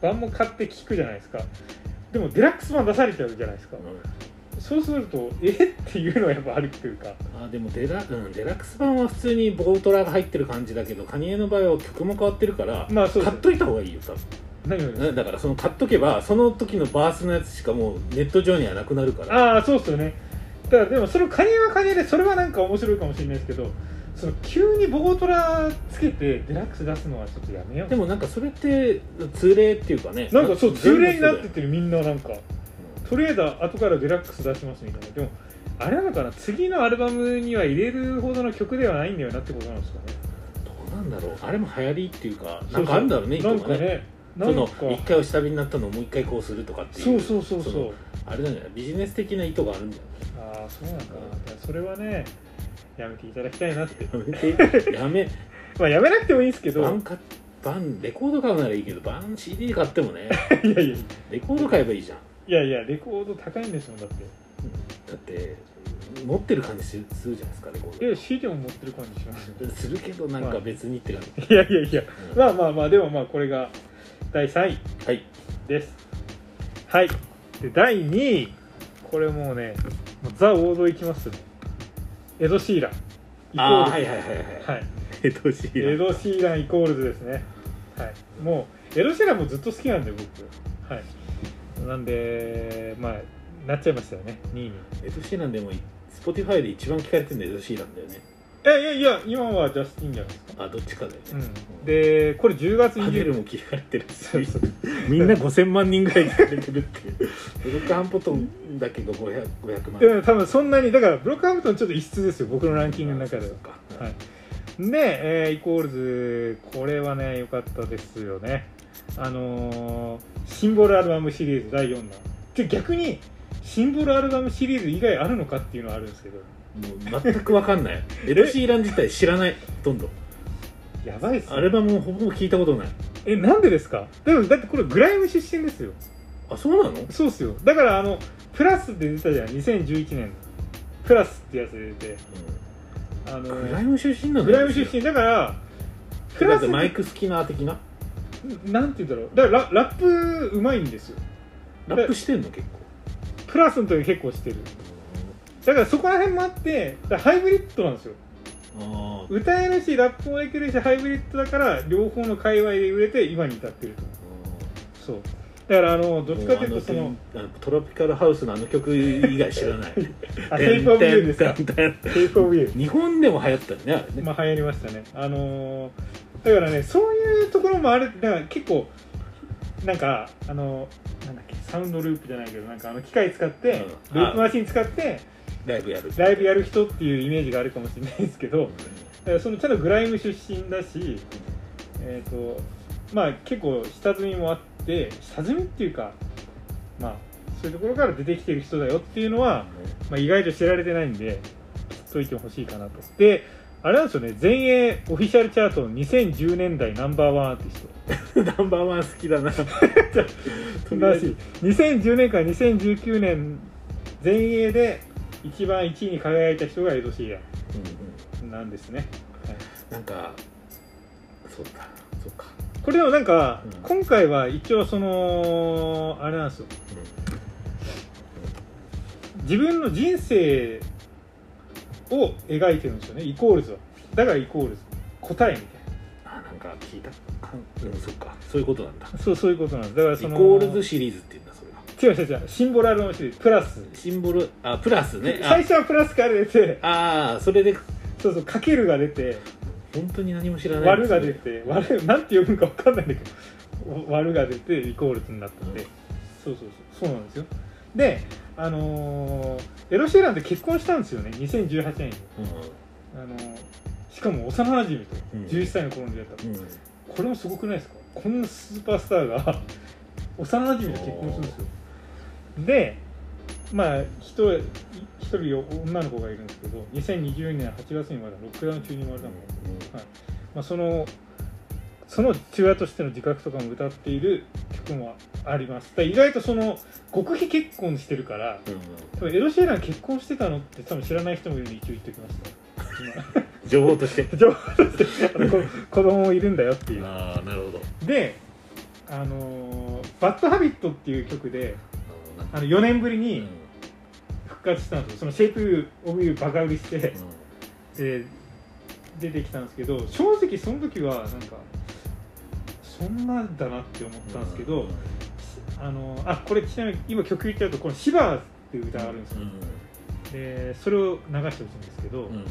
[SPEAKER 2] 版も買って聞くじゃないですかでもデラックス版出されちゃうじゃないですか
[SPEAKER 1] うん
[SPEAKER 2] そうするとえっていうのはやっぱあるっていうか
[SPEAKER 1] あーでもデラ,、うん、デラックス版は普通にボートラが入ってる感じだけどカニエの場合は曲も変わってるから、
[SPEAKER 2] まあそうで
[SPEAKER 1] 買
[SPEAKER 2] す
[SPEAKER 1] っといた方がいいよ多分
[SPEAKER 2] 何より
[SPEAKER 1] なだからその買っとけばその時のバースのやつしかもうネット上にはなくなるから
[SPEAKER 2] ああそうっすよねただでもそれカニエはカニエでそれはなんか面白いかもしれないですけどその急にボートラつけてデラックス出すのはちょっとやめよう
[SPEAKER 1] でもなんかそれって通例っていうかね
[SPEAKER 2] なんかそう通例になって
[SPEAKER 1] 全部
[SPEAKER 2] ってるみんななんか
[SPEAKER 1] そ
[SPEAKER 2] とりあえず後からデラックス出しますみたいなでもあれなのかな次のアルバムには入れるほどの曲ではないんだよなってことなんですかね
[SPEAKER 1] うだよどうなんだろうあれも流行りっていうかな
[SPEAKER 2] そうんそ
[SPEAKER 1] か
[SPEAKER 2] う
[SPEAKER 1] あるんだろうね
[SPEAKER 2] なん
[SPEAKER 1] 一個
[SPEAKER 2] か
[SPEAKER 1] がね
[SPEAKER 2] ねな
[SPEAKER 1] そ
[SPEAKER 2] んか
[SPEAKER 1] の一回お下火になったのをもう一回こうするとかってい
[SPEAKER 2] そううそうそうそう
[SPEAKER 1] のあれなんじゃないビジネス的な意図があるんじ
[SPEAKER 2] ああそうなんかなだからそれはねやめていただきたいなって
[SPEAKER 1] ゃないやめて
[SPEAKER 2] まあやめなくてもいいんですけ
[SPEAKER 1] やめ
[SPEAKER 2] ど
[SPEAKER 1] バン買っバンレコード買うならいいけどバン CD 買っても ね
[SPEAKER 2] いやいや
[SPEAKER 1] レコード買えばいいじゃん
[SPEAKER 2] いやいやレコード高いんですもんだって
[SPEAKER 1] だって持ってる感じするするじゃないですかレコ
[SPEAKER 2] い
[SPEAKER 1] ー
[SPEAKER 2] や CD も持ってる感じしますよ
[SPEAKER 1] ドするけどなんか別にって感じ、
[SPEAKER 2] いやいやいや
[SPEAKER 1] うん
[SPEAKER 2] まあまあまあでもまあこれが第3位
[SPEAKER 1] はい
[SPEAKER 2] ですはいで第2位これもうねもうザ王道いきますねエド・シーランイコ
[SPEAKER 1] ああ
[SPEAKER 2] ール
[SPEAKER 1] は
[SPEAKER 2] ズ
[SPEAKER 1] いはいはいはい
[SPEAKER 2] はい
[SPEAKER 1] 江戸シー
[SPEAKER 2] エ
[SPEAKER 1] ラ
[SPEAKER 2] ド・シーランイコールズですねはいもうエド・シーランもずっと好きなんで僕はいなんでまあなっちゃいましたよね2位に
[SPEAKER 1] 江戸シーランでも Spotify で一番聞かれてるの江戸シーランだよね
[SPEAKER 2] いやいやいや今はジャスティンじゃないですか
[SPEAKER 1] あどっちかだよ
[SPEAKER 2] う
[SPEAKER 1] ね、
[SPEAKER 2] んでこれ10月
[SPEAKER 1] アデ
[SPEAKER 2] 20
[SPEAKER 1] ル
[SPEAKER 2] 日
[SPEAKER 1] も聞かれてる
[SPEAKER 2] そう
[SPEAKER 1] し
[SPEAKER 2] そう
[SPEAKER 1] み んな5000万人ぐらい聞かれてるっていうブロックハンポトンだけど 500, 500万
[SPEAKER 2] うん多分そんなにだからブロックハンプトンちょっと異質ですよ僕のランキングの中では
[SPEAKER 1] そうか
[SPEAKER 2] はい、で、えーイコールズ、これはね、良かったですよね。あのーシンボルアルバムシリーズ第4弾。で逆に、シンボルアルバムシリーズ以外あるのかっていうのはあるんですけど、
[SPEAKER 1] もう全く分かんない江戸シーラン自体知らないほとんど
[SPEAKER 2] やばいっす
[SPEAKER 1] アル
[SPEAKER 2] ね。
[SPEAKER 1] バムもほぼ聞いたことない
[SPEAKER 2] え、なんでですかでも、だってこれ、グライム出身ですよ。
[SPEAKER 1] あそうなの
[SPEAKER 2] そうっすよ。だから、あの、プラスで出たじゃん、2011年の。プラスってやつで出て、あの
[SPEAKER 1] グ
[SPEAKER 2] ー
[SPEAKER 1] ライム出身なの
[SPEAKER 2] グライム出身。だから、プ
[SPEAKER 1] だ
[SPEAKER 2] ラ
[SPEAKER 1] っ
[SPEAKER 2] ス
[SPEAKER 1] てマイク・スキナー的な
[SPEAKER 2] なんて言うんだろう。だからラ、ラップうまいんですよ。
[SPEAKER 1] ラップしてんの結構
[SPEAKER 2] プラスの時結構してる。だからそこら辺もあってだからハイブリッドなんですよ
[SPEAKER 1] あー
[SPEAKER 2] 歌えるしラップもできるしハイブリッドだから両方の界隈で売れて今に至ってるとそうだからあのどっちかというとその
[SPEAKER 1] もうあのトロピカルハウスのあの曲以外知らない
[SPEAKER 2] あテイプオブユーですか
[SPEAKER 1] テンテン
[SPEAKER 2] テイプオブユ
[SPEAKER 1] 日本でも流行ったよねあれね、
[SPEAKER 2] ーまあ流行りましたねあのーだからねそういうところもあるだから結構なんかあのなんだっけサウンドループじゃないけどなんかあの機械使って、
[SPEAKER 1] うん
[SPEAKER 2] ループマシン使って
[SPEAKER 1] ライブやる
[SPEAKER 2] ライブや
[SPEAKER 1] る
[SPEAKER 2] る人っていうイメージがあるかもしれないですけどだからそのちゃんとグライム出身だしえー、とまあ結構下積みもあって下積みっていうかまあそういうところから出てきてる人だよっていうのは、まあ、意外と知られてないんで知っといてほしいかなとであれなんですよね全英オフィシャルチャートの2010年代ナンバーワンアーティスト
[SPEAKER 1] ナンバーワン好き だな。
[SPEAKER 2] 素晴らしい2010年から2019年全英で一番1位に輝いた人がエド・シーラ
[SPEAKER 1] うんうん
[SPEAKER 2] ンなんですね、はい
[SPEAKER 1] なんか、そうだ、そうか。
[SPEAKER 2] これでもなんか、
[SPEAKER 1] うん
[SPEAKER 2] 今回は一応そのあれなんですよ自分の人生を描いてるんですよねイコールズはだからイコールズ答えみたい
[SPEAKER 1] あ、なんか聞いたかん。うん、そっか。そういうことなんだ。
[SPEAKER 2] なそうそういうことなんですだから
[SPEAKER 1] イ
[SPEAKER 2] そ
[SPEAKER 1] コ
[SPEAKER 2] の
[SPEAKER 1] ールズシリーズって言うんだ、それは。
[SPEAKER 2] 違う違う違うシンボルアルバムシリーズプラス、
[SPEAKER 1] シンボル、あ、プラスね。
[SPEAKER 2] 最初はプラスから出て
[SPEAKER 1] ああー、それで、
[SPEAKER 2] そうそうかけるが出て
[SPEAKER 1] 本当に何も知らない。
[SPEAKER 2] 割るが出。て割るなんて呼ぶのか分かんないんだけど割るが出てイコールズになったんで、
[SPEAKER 1] うん
[SPEAKER 2] そうそうそうそうなんですよであのーエロシェランって結婚したんですよね2018年に、
[SPEAKER 1] う
[SPEAKER 2] あのーしかも幼馴染と
[SPEAKER 1] うん
[SPEAKER 2] 11歳の頃に出会った、
[SPEAKER 1] ん。うん。
[SPEAKER 2] これもすごくないですかこんなスーパースターが 幼馴染と結婚するんですよでまあ一人一人女の子がいるんですけど2020年8月にまだロックダウン中に生まれたの、まあ、そのその父親としての自覚とかも歌っている曲もありますだから意外とその極秘結婚してるから
[SPEAKER 1] うん。
[SPEAKER 2] 多分エロシエラン結婚してたのって多分知らない人もいるんで一応言っておきました
[SPEAKER 1] 情報として。
[SPEAKER 2] 今 情報としてあのこ 子供いるんだよっていう
[SPEAKER 1] ああ、なるほど。
[SPEAKER 2] であのーバッドハビット」っていう曲で
[SPEAKER 1] あのなんか
[SPEAKER 2] あの4年ぶり
[SPEAKER 1] うん
[SPEAKER 2] に復活したんですよその「シェイプ・オブ・ユー」バカ売りしてで出てきたんですけど正直その時はなんかそんなだなって思ったんですけど、
[SPEAKER 1] うん
[SPEAKER 2] あのあこれちなみに今曲言っちゃうとこの「シバーズ」っていう歌があるんですよ、でそれを流してほしいんですけど、
[SPEAKER 1] うん。うん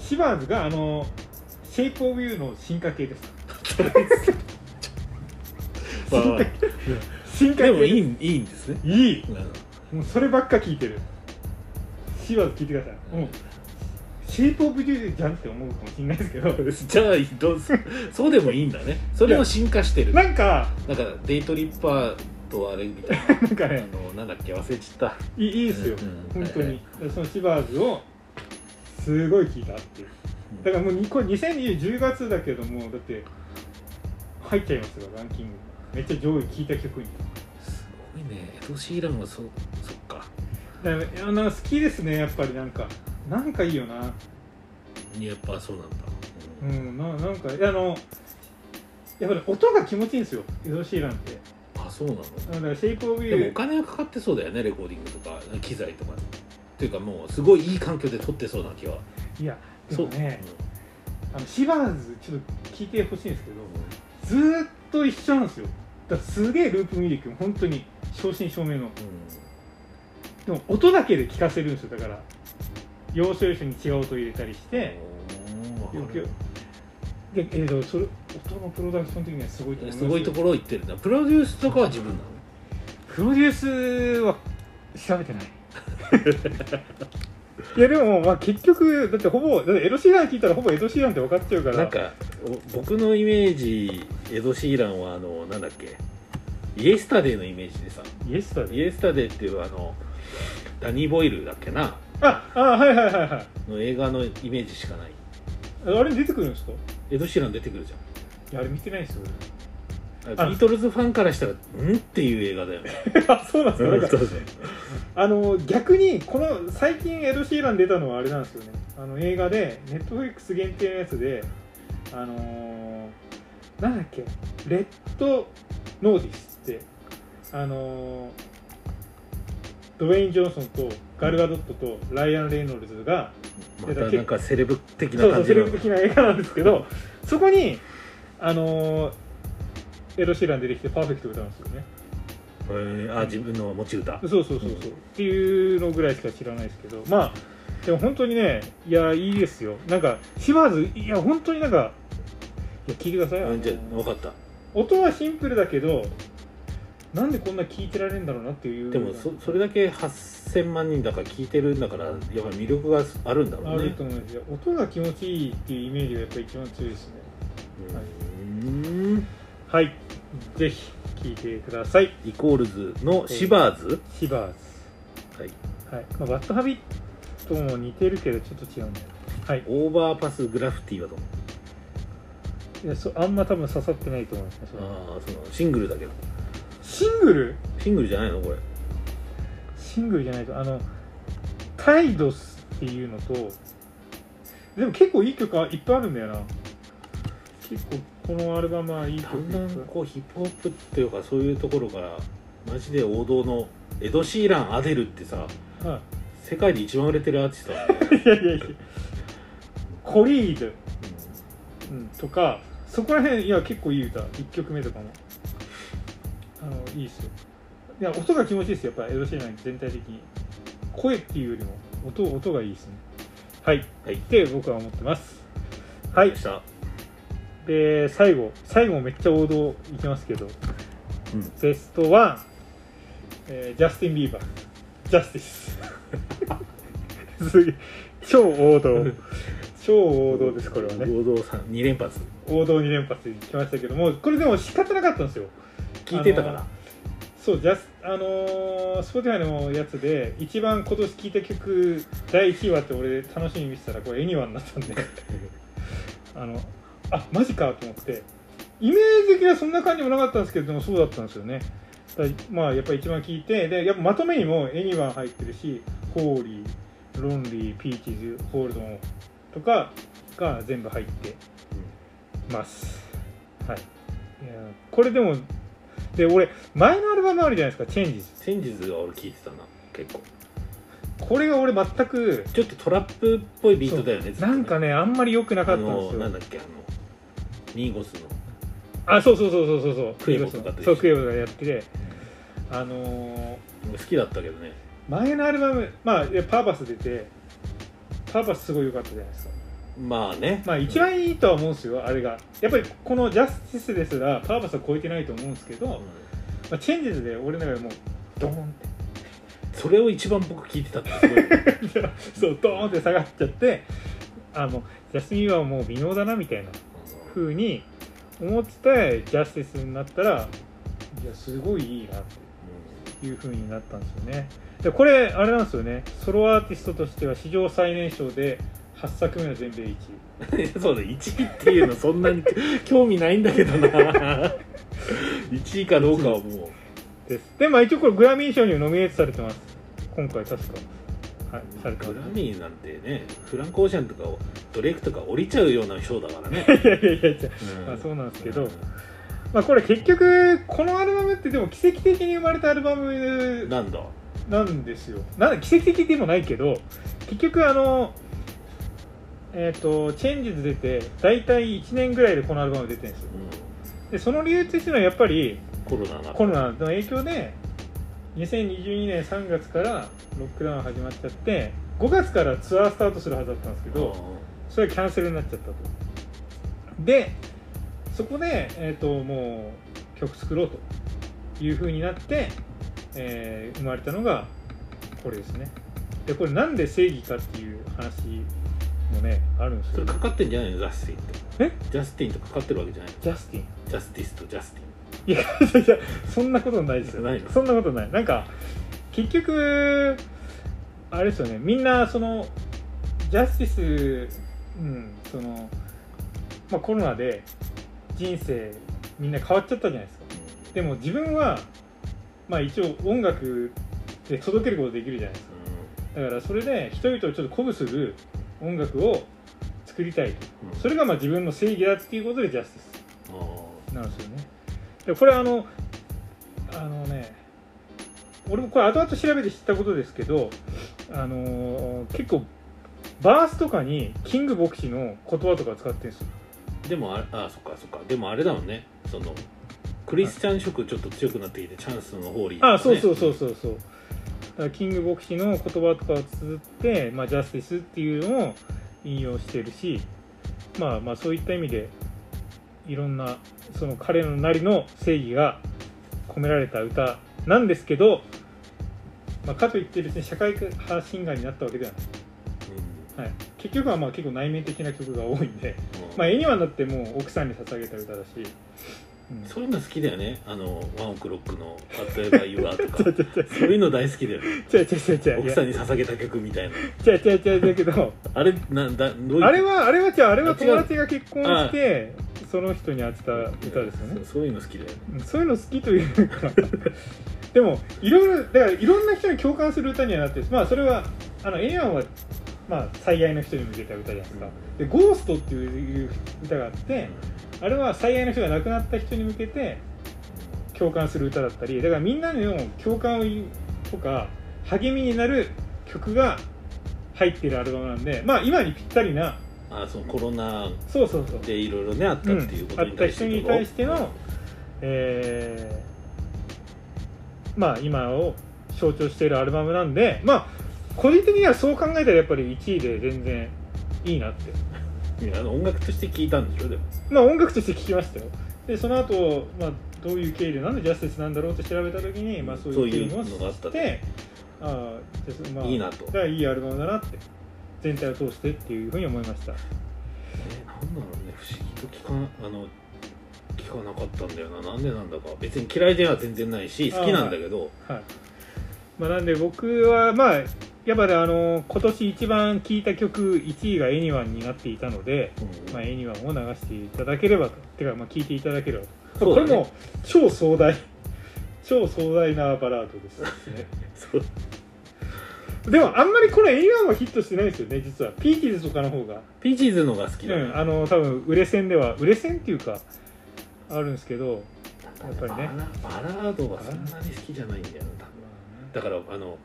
[SPEAKER 2] シバーズがあの「シェイプ・オブ・ユー」の進化系です
[SPEAKER 1] まあまあ
[SPEAKER 2] 進化
[SPEAKER 1] で
[SPEAKER 2] 系
[SPEAKER 1] もい
[SPEAKER 2] い
[SPEAKER 1] い、いいんですね。
[SPEAKER 2] いい
[SPEAKER 1] うん
[SPEAKER 2] もうそればっか聞いてるシバーズ聞いてください、もうシェイプ・オブ・ユーじゃんって思うかもしれないですけど
[SPEAKER 1] じゃあどうすそうでもいいんだねそれを進化してるな
[SPEAKER 2] なんか
[SPEAKER 1] んかデイトリッパーとあれみたいな
[SPEAKER 2] なんか
[SPEAKER 1] あ
[SPEAKER 2] ね
[SPEAKER 1] のなんだっけ忘れちゃっ
[SPEAKER 2] いいいいですよ、
[SPEAKER 1] うん
[SPEAKER 2] 本当に、そのシバーズをすごい聞いたっていう
[SPEAKER 1] た
[SPEAKER 2] だからもうにこれ2020 10月だけどもだって入っちゃいますよランキングめっちゃ上位聞いた曲に
[SPEAKER 1] すごいねエド・シーランもそそっか
[SPEAKER 2] だからいやなんか好きですねやっぱりなんかなんかいいよな
[SPEAKER 1] やっぱそうなんだ、
[SPEAKER 2] う
[SPEAKER 1] うん
[SPEAKER 2] んななんかいやあのやっぱり音が気持ちいいんですよエド・シーランって
[SPEAKER 1] あそうなの
[SPEAKER 2] だからシェイプ・オブ・ユ
[SPEAKER 1] でもお
[SPEAKER 2] ー
[SPEAKER 1] 金がかかってそうだよねレコーディングとか機材とかっていうかもうすごいいい環境で撮ってそうな気はい
[SPEAKER 2] やで
[SPEAKER 1] そ
[SPEAKER 2] も
[SPEAKER 1] う
[SPEAKER 2] ねあのシバーズちょっと聞いてほしいんですけどずーっと一緒なんですよだからすげえループミュージック本当に正真正銘
[SPEAKER 1] うんう
[SPEAKER 2] の
[SPEAKER 1] ん
[SPEAKER 2] でも音だけで聞かせるんですよだから要所要所に違う音入れたりして
[SPEAKER 1] うんわかる
[SPEAKER 2] で、えー、とそれ音のプロダクション的にはすごいと思います
[SPEAKER 1] すごいと
[SPEAKER 2] こ
[SPEAKER 1] ころ行ってるんだプロデュースとかは自分なの
[SPEAKER 2] プロデュースは調べてない いやでも、まあ、結局だってほぼだってエド・シーラン聞いたらほぼエド・シーランって分かっちゃうから
[SPEAKER 1] なんかお僕のイメージエド・シーランはあのなんだっけイエスタデーのイメージでさ
[SPEAKER 2] イエスタデ
[SPEAKER 1] イ
[SPEAKER 2] イ
[SPEAKER 1] エスタデーっていうあのダニー・ボイルだっけな
[SPEAKER 2] ああはいはいはいはい
[SPEAKER 1] の映画のイメージしかない
[SPEAKER 2] あれ出てくるんですかい
[SPEAKER 1] エド・シーラン出てくるじ
[SPEAKER 2] やあれ見てないですよ
[SPEAKER 1] ゃん
[SPEAKER 2] あ
[SPEAKER 1] あビートルズファンからしたらんっていう映画だよね
[SPEAKER 2] 俺 あそうなんですかなんか
[SPEAKER 1] そうそう
[SPEAKER 2] あの逆にこの最近エド・シーラン出たのはあれなんですよねあの映画でネットフリックス限定のやつであのーなんだっけレッド・ノーディスってあのードウェイン・ジョンソンとガルガドットとライアン・レイノルズが
[SPEAKER 1] またなんかセレブ的
[SPEAKER 2] そ
[SPEAKER 1] な
[SPEAKER 2] うそ
[SPEAKER 1] 感
[SPEAKER 2] うセ
[SPEAKER 1] じ
[SPEAKER 2] レ
[SPEAKER 1] の
[SPEAKER 2] ブ的な映画なんですけどそこにあのーエド・シーラン出てきてパーフェクト歌うんですよね
[SPEAKER 1] えーあ自分の持ち歌
[SPEAKER 2] そうそうそうそう、っていうのぐらいしか知らないですけどまあでも本当にねいやいいですよなんかシバーズいや本当になんかいや聞いてください、
[SPEAKER 1] あじゃ
[SPEAKER 2] あ
[SPEAKER 1] あ
[SPEAKER 2] の
[SPEAKER 1] 分かった
[SPEAKER 2] 音はシンプルだけどなんでこんな聞いてられるんだろうなっていう
[SPEAKER 1] でもそそれだけ8000万人だから聞いてるんだからやっぱり魅力があるんだろ
[SPEAKER 2] あ
[SPEAKER 1] う
[SPEAKER 2] る
[SPEAKER 1] ね
[SPEAKER 2] と思うんですよ音が気持ちいいっていうイメージがやっぱり一番強いですね
[SPEAKER 1] うーん
[SPEAKER 2] はいぜひ聞いてください
[SPEAKER 1] イコールズのシバーズ、
[SPEAKER 2] シバー
[SPEAKER 1] はい、
[SPEAKER 2] ズ、はいまあ、バッドハビットも似てるけどちょっと違うんだよはい
[SPEAKER 1] オーバーパスグラフィティはどう
[SPEAKER 2] いやそあんま多分刺さってないと思いますねそれ
[SPEAKER 1] ああそのシングルだけど
[SPEAKER 2] シングル
[SPEAKER 1] シングルじゃないのこれ
[SPEAKER 2] シングルじゃないとあのタイドスっていうのとでも結構いい曲はいっぱいあるんだよな結構このアルバムはいい
[SPEAKER 1] だ
[SPEAKER 2] 曲
[SPEAKER 1] んだんこうヒップホップっていうかそういうところからマジで王道のエド・シーラン・アデルってさ
[SPEAKER 2] は
[SPEAKER 1] 世界で一番売れてるアーティストだね、
[SPEAKER 2] い、いやいやいやコリード、うん、とかそこら辺いや結構いい歌1曲目とかもあのいいっすよいや音が気持ちいいっすよやっぱエド・シーラン全体的に声っていうよりも音音がいいですねはい
[SPEAKER 1] はい
[SPEAKER 2] って僕は思ってます
[SPEAKER 1] は
[SPEAKER 2] はいいで最後最後めっちゃ王道いきますけど、
[SPEAKER 1] うん
[SPEAKER 2] ベストワン、えージャスティン・ビーバージャスティスすげえ超王道超王道ですこれはね
[SPEAKER 1] 王道2連発
[SPEAKER 2] 王道2連発できましたけどもこれでも仕方なかったんですよ
[SPEAKER 1] 聞いてたから、
[SPEAKER 2] あのそうジャスあのー、Spotify のやつで一番今年聴いた曲第1位はって俺楽しみに見てたらこれ「エニワン」になったんであのあマジかと思ってイメージ的にはそんな感じもなかったんですけどでもそうだったんですよねだまあやっぱ一番聴いてでやっぱまとめにも「エニワン」入ってるし「ホーリー」「ロンリー」「ピーチーズ」「ホールドン」とかが全部入ってますはいいやーこれでもで俺前のアルバムあるじゃないですか「チェンジズ
[SPEAKER 1] 先日は俺聞いてたな結構」
[SPEAKER 2] これが俺全く
[SPEAKER 1] ちょっとトラップっぽいビートだよねずっと
[SPEAKER 2] なんかねあんまり良くなか
[SPEAKER 1] あ
[SPEAKER 2] ったんで
[SPEAKER 1] の
[SPEAKER 2] す
[SPEAKER 1] なん
[SPEAKER 2] よ
[SPEAKER 1] だっけあのミーゴスの
[SPEAKER 2] あそうそうそうそうそうそう
[SPEAKER 1] クエボとかと一緒
[SPEAKER 2] そうクエボがやっててあのー
[SPEAKER 1] 好きだったけどね
[SPEAKER 2] 前のアルバムまあいやパーパス出てパーパスすごい良かったじゃないですか
[SPEAKER 1] まあね
[SPEAKER 2] まあ一番いいとは思うんですよあれがやっぱりこの「ジャスティス」ですらパーパスは超えてないと思うんですけど、
[SPEAKER 1] う
[SPEAKER 2] ま
[SPEAKER 1] ん
[SPEAKER 2] あ、チェンジズで俺の中でもうドーンって
[SPEAKER 1] それを一番僕聞いてたってす ごい
[SPEAKER 2] そうドーンって下がっちゃってあもうジャスティン・ビーバーはもう微妙だなみたいな風に思っててジャスティスになったらいやすごいいいなっていう風になったんですよねでこれあれなんですよねソロアーティストとしては史上最年少で8作目の全米1位
[SPEAKER 1] うん そうだ1位っていうのそんなに興味ないんだけどな1位かどうかはもう
[SPEAKER 2] ですでまあ一応これグラミー賞にもノミネートされてます今回確かはいされて
[SPEAKER 1] グラ
[SPEAKER 2] ます
[SPEAKER 1] ミーなんてねフランク・オーシャンとかドレイクとか降りちゃうような賞だからね、
[SPEAKER 2] い やいやいやいや
[SPEAKER 1] うん
[SPEAKER 2] まあそうなんですけど
[SPEAKER 1] う
[SPEAKER 2] まあこれ結局このアルバムってでも奇跡的に生まれたアルバム
[SPEAKER 1] んなんだ
[SPEAKER 2] なんですよなん奇跡的でもないけど結局あのえっ、とチェンジズ出て大体1年ぐらいでこのアルバム出てるんですよ
[SPEAKER 1] うん
[SPEAKER 2] でその理由としてのはやっぱり
[SPEAKER 1] コロナな
[SPEAKER 2] コロナの影響で2022年3月からロックダウン始まっちゃって5月からツアースタートするはずだったんですけど、それがキャンセルになっちゃったとでそこで、えー、ともう曲作ろうというふうになって、えー生まれたのがこれですねでこれなんで正義かっていう話もねあるんです
[SPEAKER 1] そ
[SPEAKER 2] け
[SPEAKER 1] れ
[SPEAKER 2] ど
[SPEAKER 1] かかってんじゃないのジャスティンって
[SPEAKER 2] え
[SPEAKER 1] ジャスティンとかかってるわけじゃない
[SPEAKER 2] ジャスティン
[SPEAKER 1] ジャスティスとジャスティ
[SPEAKER 2] いやい やいやそんなことないですよ
[SPEAKER 1] ないの
[SPEAKER 2] そんなことないなんか結局あれですよねみんなそのジャスティスうんその、まあ、コロナで人生みんな変わっちゃったじゃないですか
[SPEAKER 1] ン
[SPEAKER 2] でも自分はまあ一応音楽で届けることできるじゃないですかだからそれで人々をちょっと鼓舞する音楽を作りたいと
[SPEAKER 1] うん
[SPEAKER 2] それがまあ自分の正義だっていうことでジャスティス
[SPEAKER 1] うんあ
[SPEAKER 2] なんですよねでこれあのあのね俺もこれ後々調べて知ったことですけどあのー結構バースとかにキング牧師の言葉とか使ってるんですよ
[SPEAKER 1] ーでもああそっかそっかでもあれだもんねそのクリスチャン色ちょっと強くなってきてチャンスのホーリーとかね
[SPEAKER 2] あそうそうそうそうそうだからキング牧師の言葉とかを綴って、まあ、ジャスティスっていうのを引用してるしまあまあそういった意味でいろんなその彼のなりの正義が込められた歌なんですけど、まあ、かといって別に社会派シンガーになったわけではない、はい、結局はまあ結構内面的な曲が多いんで
[SPEAKER 1] うんうん
[SPEAKER 2] まあ、絵にはなってもう奥さんに捧げた歌だし、うん
[SPEAKER 1] そういうの好きだよねあのワンオクロックの「例えば言わ」と
[SPEAKER 2] ちょ
[SPEAKER 1] か
[SPEAKER 2] ちょちょ
[SPEAKER 1] そういうの大好きだよね
[SPEAKER 2] ちょちょちょちょい
[SPEAKER 1] 奥
[SPEAKER 2] や
[SPEAKER 1] さんに捧げた曲みたいな
[SPEAKER 2] ちょちょちょだけど
[SPEAKER 1] あれなんだどういう
[SPEAKER 2] あれはあれは違うあれは
[SPEAKER 1] あ違う
[SPEAKER 2] 友達が結婚してその人に当てた歌ですよね
[SPEAKER 1] そうそういうの好きだよね
[SPEAKER 2] そういうの好きというか でもいろいろだからいろんな人に共感する歌にはなってるまあそれはあのエイアンはまあ最愛の人に向けた歌じゃないですか、で「ゴースト」っていう歌があってあれは最愛の人が亡くなった人に向けて共感する歌だったりだからみんなの共感を言うとか励みになる曲が入ってるアルバムなんでまあ今にぴったりな
[SPEAKER 1] あそうコロナ
[SPEAKER 2] そうそうそう
[SPEAKER 1] でいろいろねあったっていうことに対して、
[SPEAKER 2] うんあった人に対してのえーまあ今を象徴しているアルバムなんでまあ個人的にはそう考えたらやっぱり1位で全然いいなって
[SPEAKER 1] いやあの音楽として聞いたんでしょでも
[SPEAKER 2] まあ音楽として聴きましたよでその後、まあどういう経緯でなんでジャスティスなんだろうって調べた時に、まあ、そういう経緯も知
[SPEAKER 1] そういうのがあったと
[SPEAKER 2] ってああジャスまあ
[SPEAKER 1] いいなと
[SPEAKER 2] だからいいアルバムだなって全体を通してっていうふうに思いまし
[SPEAKER 1] えな
[SPEAKER 2] た
[SPEAKER 1] んだろうね不思議と聞かあの聞かなかったんだよななんでなんだか別に嫌いでは全然ないし好きなんだけど
[SPEAKER 2] はいまあ、なんで僕はまあやっぱりあの今年一番聴いた曲1位が「エニワン」になっていたので「
[SPEAKER 1] うん
[SPEAKER 2] まあ、エニワン」を流していただければとてかまあ聴いていただければと、
[SPEAKER 1] そう
[SPEAKER 2] こ
[SPEAKER 1] だ
[SPEAKER 2] れ
[SPEAKER 1] ね
[SPEAKER 2] も超壮大超壮大なバラードです ね
[SPEAKER 1] そう
[SPEAKER 2] でもあんまりこれ「エニワン」はヒットしてないんですよね実はピーキーズとかの方が
[SPEAKER 1] ピーチーズのが好きだ
[SPEAKER 2] う
[SPEAKER 1] ね
[SPEAKER 2] ん、あの多分売れ線では売れ線っていうかあるんですけどやっぱりね
[SPEAKER 1] バラバラードはそんなに好きじゃないんだよな多分だからあの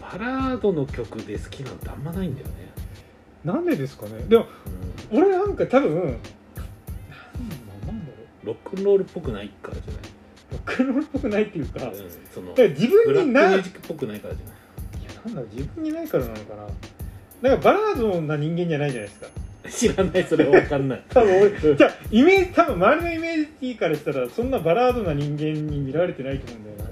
[SPEAKER 1] バラードの曲で好きなんてあんまないんだよね、
[SPEAKER 2] なんでですかねでも
[SPEAKER 1] うん
[SPEAKER 2] 俺なんか多分なんなんだろう
[SPEAKER 1] ロックンロールっぽくないからじ
[SPEAKER 2] ロックンロールっぽくないっていうか、
[SPEAKER 1] ゃない、
[SPEAKER 2] だか
[SPEAKER 1] うん、その
[SPEAKER 2] ら
[SPEAKER 1] ブ
[SPEAKER 2] 自
[SPEAKER 1] ラッ
[SPEAKER 2] 分
[SPEAKER 1] ク
[SPEAKER 2] に
[SPEAKER 1] ミ
[SPEAKER 2] な
[SPEAKER 1] ュ
[SPEAKER 2] い
[SPEAKER 1] ー
[SPEAKER 2] や
[SPEAKER 1] ジックっぽくないからじゃない
[SPEAKER 2] なんだろう自分にないからなのかななんかバラードな人間じゃないじゃないですか
[SPEAKER 1] 知らない それは分かんない
[SPEAKER 2] 多分俺
[SPEAKER 1] うん
[SPEAKER 2] じゃあイメージ多分周りのイメージからしたらそんなバラードな人間に見られてないと思うんだよな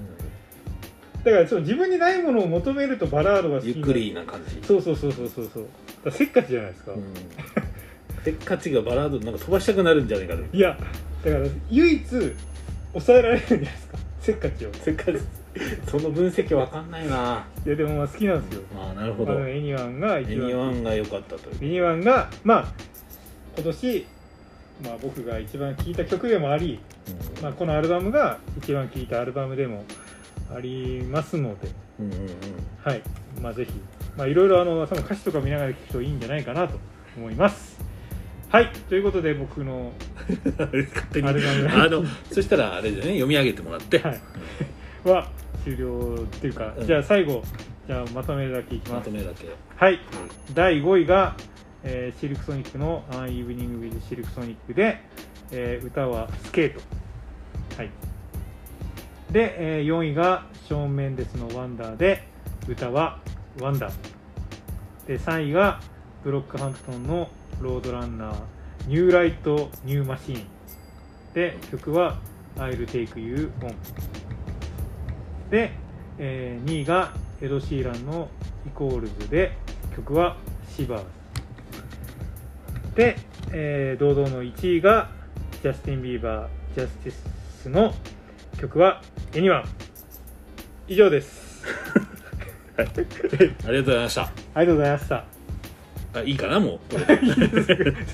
[SPEAKER 2] だからそう自分にないものを求めるとバラードが好き
[SPEAKER 1] ゆ
[SPEAKER 2] に
[SPEAKER 1] っ
[SPEAKER 2] な
[SPEAKER 1] くりな感じ
[SPEAKER 2] そうそうそうそうそうそうだからせっかちじゃないですか、
[SPEAKER 1] うんせっかちがバラードなんか飛ばしたくなるんじゃないかと
[SPEAKER 2] いやだから唯一抑えられるんじゃないですかせっかちを
[SPEAKER 1] せっかちその分析分かんないない
[SPEAKER 2] やでもまあ好きなんですよ、
[SPEAKER 1] ああなるほど
[SPEAKER 2] まあでも
[SPEAKER 1] エ
[SPEAKER 2] エニワンが一番
[SPEAKER 1] ニワンが良かったという
[SPEAKER 2] ミニワンがまあ今年、まあ、僕が一番聴いた曲でもあり、まあ、このアルバムが一番聴いたアルバムでもありますので、
[SPEAKER 1] うんうんうん
[SPEAKER 2] はいまあ、ぜひ、まあ、いろいろあの多分歌詞とか見ながら聴くといいんじゃないかなと思います。はいということで僕の
[SPEAKER 1] 勝手に
[SPEAKER 2] アルバム
[SPEAKER 1] あのそしたらあれでね読み上げてもらって、
[SPEAKER 2] はい は終了っていうか、
[SPEAKER 1] うん
[SPEAKER 2] じゃあ最後じゃあまとめだけいき
[SPEAKER 1] ま
[SPEAKER 2] ま
[SPEAKER 1] と
[SPEAKER 2] す。
[SPEAKER 1] めだけ
[SPEAKER 2] はい第5位が、えーシルクソニックの「アンイブニング・ウィズ・シルクソニックで」えー歌は「スケート」はい、で、えー4位がショーン・メンデスの「ワンダー」で歌は「ワンダー」で3位がブロックハンプトンの「ロードランナー」「ニューライト・ニューマシーン」で曲は「I'll Take You On」で、え2位がエド・シーランの「イコールズ」で曲は「シバーズ」で、えー堂々の1位がジャスティン・ビーバージャスティスの曲は「エニワン」以上です
[SPEAKER 1] ありがとうございました
[SPEAKER 2] ありがとうございました
[SPEAKER 1] あいいかなもうこれ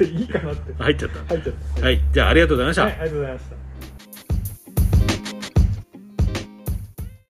[SPEAKER 2] いいかなって
[SPEAKER 1] 入っちゃった
[SPEAKER 2] 入っちゃった
[SPEAKER 1] はいじゃあありがとうございました、
[SPEAKER 2] はい、ありがとうございました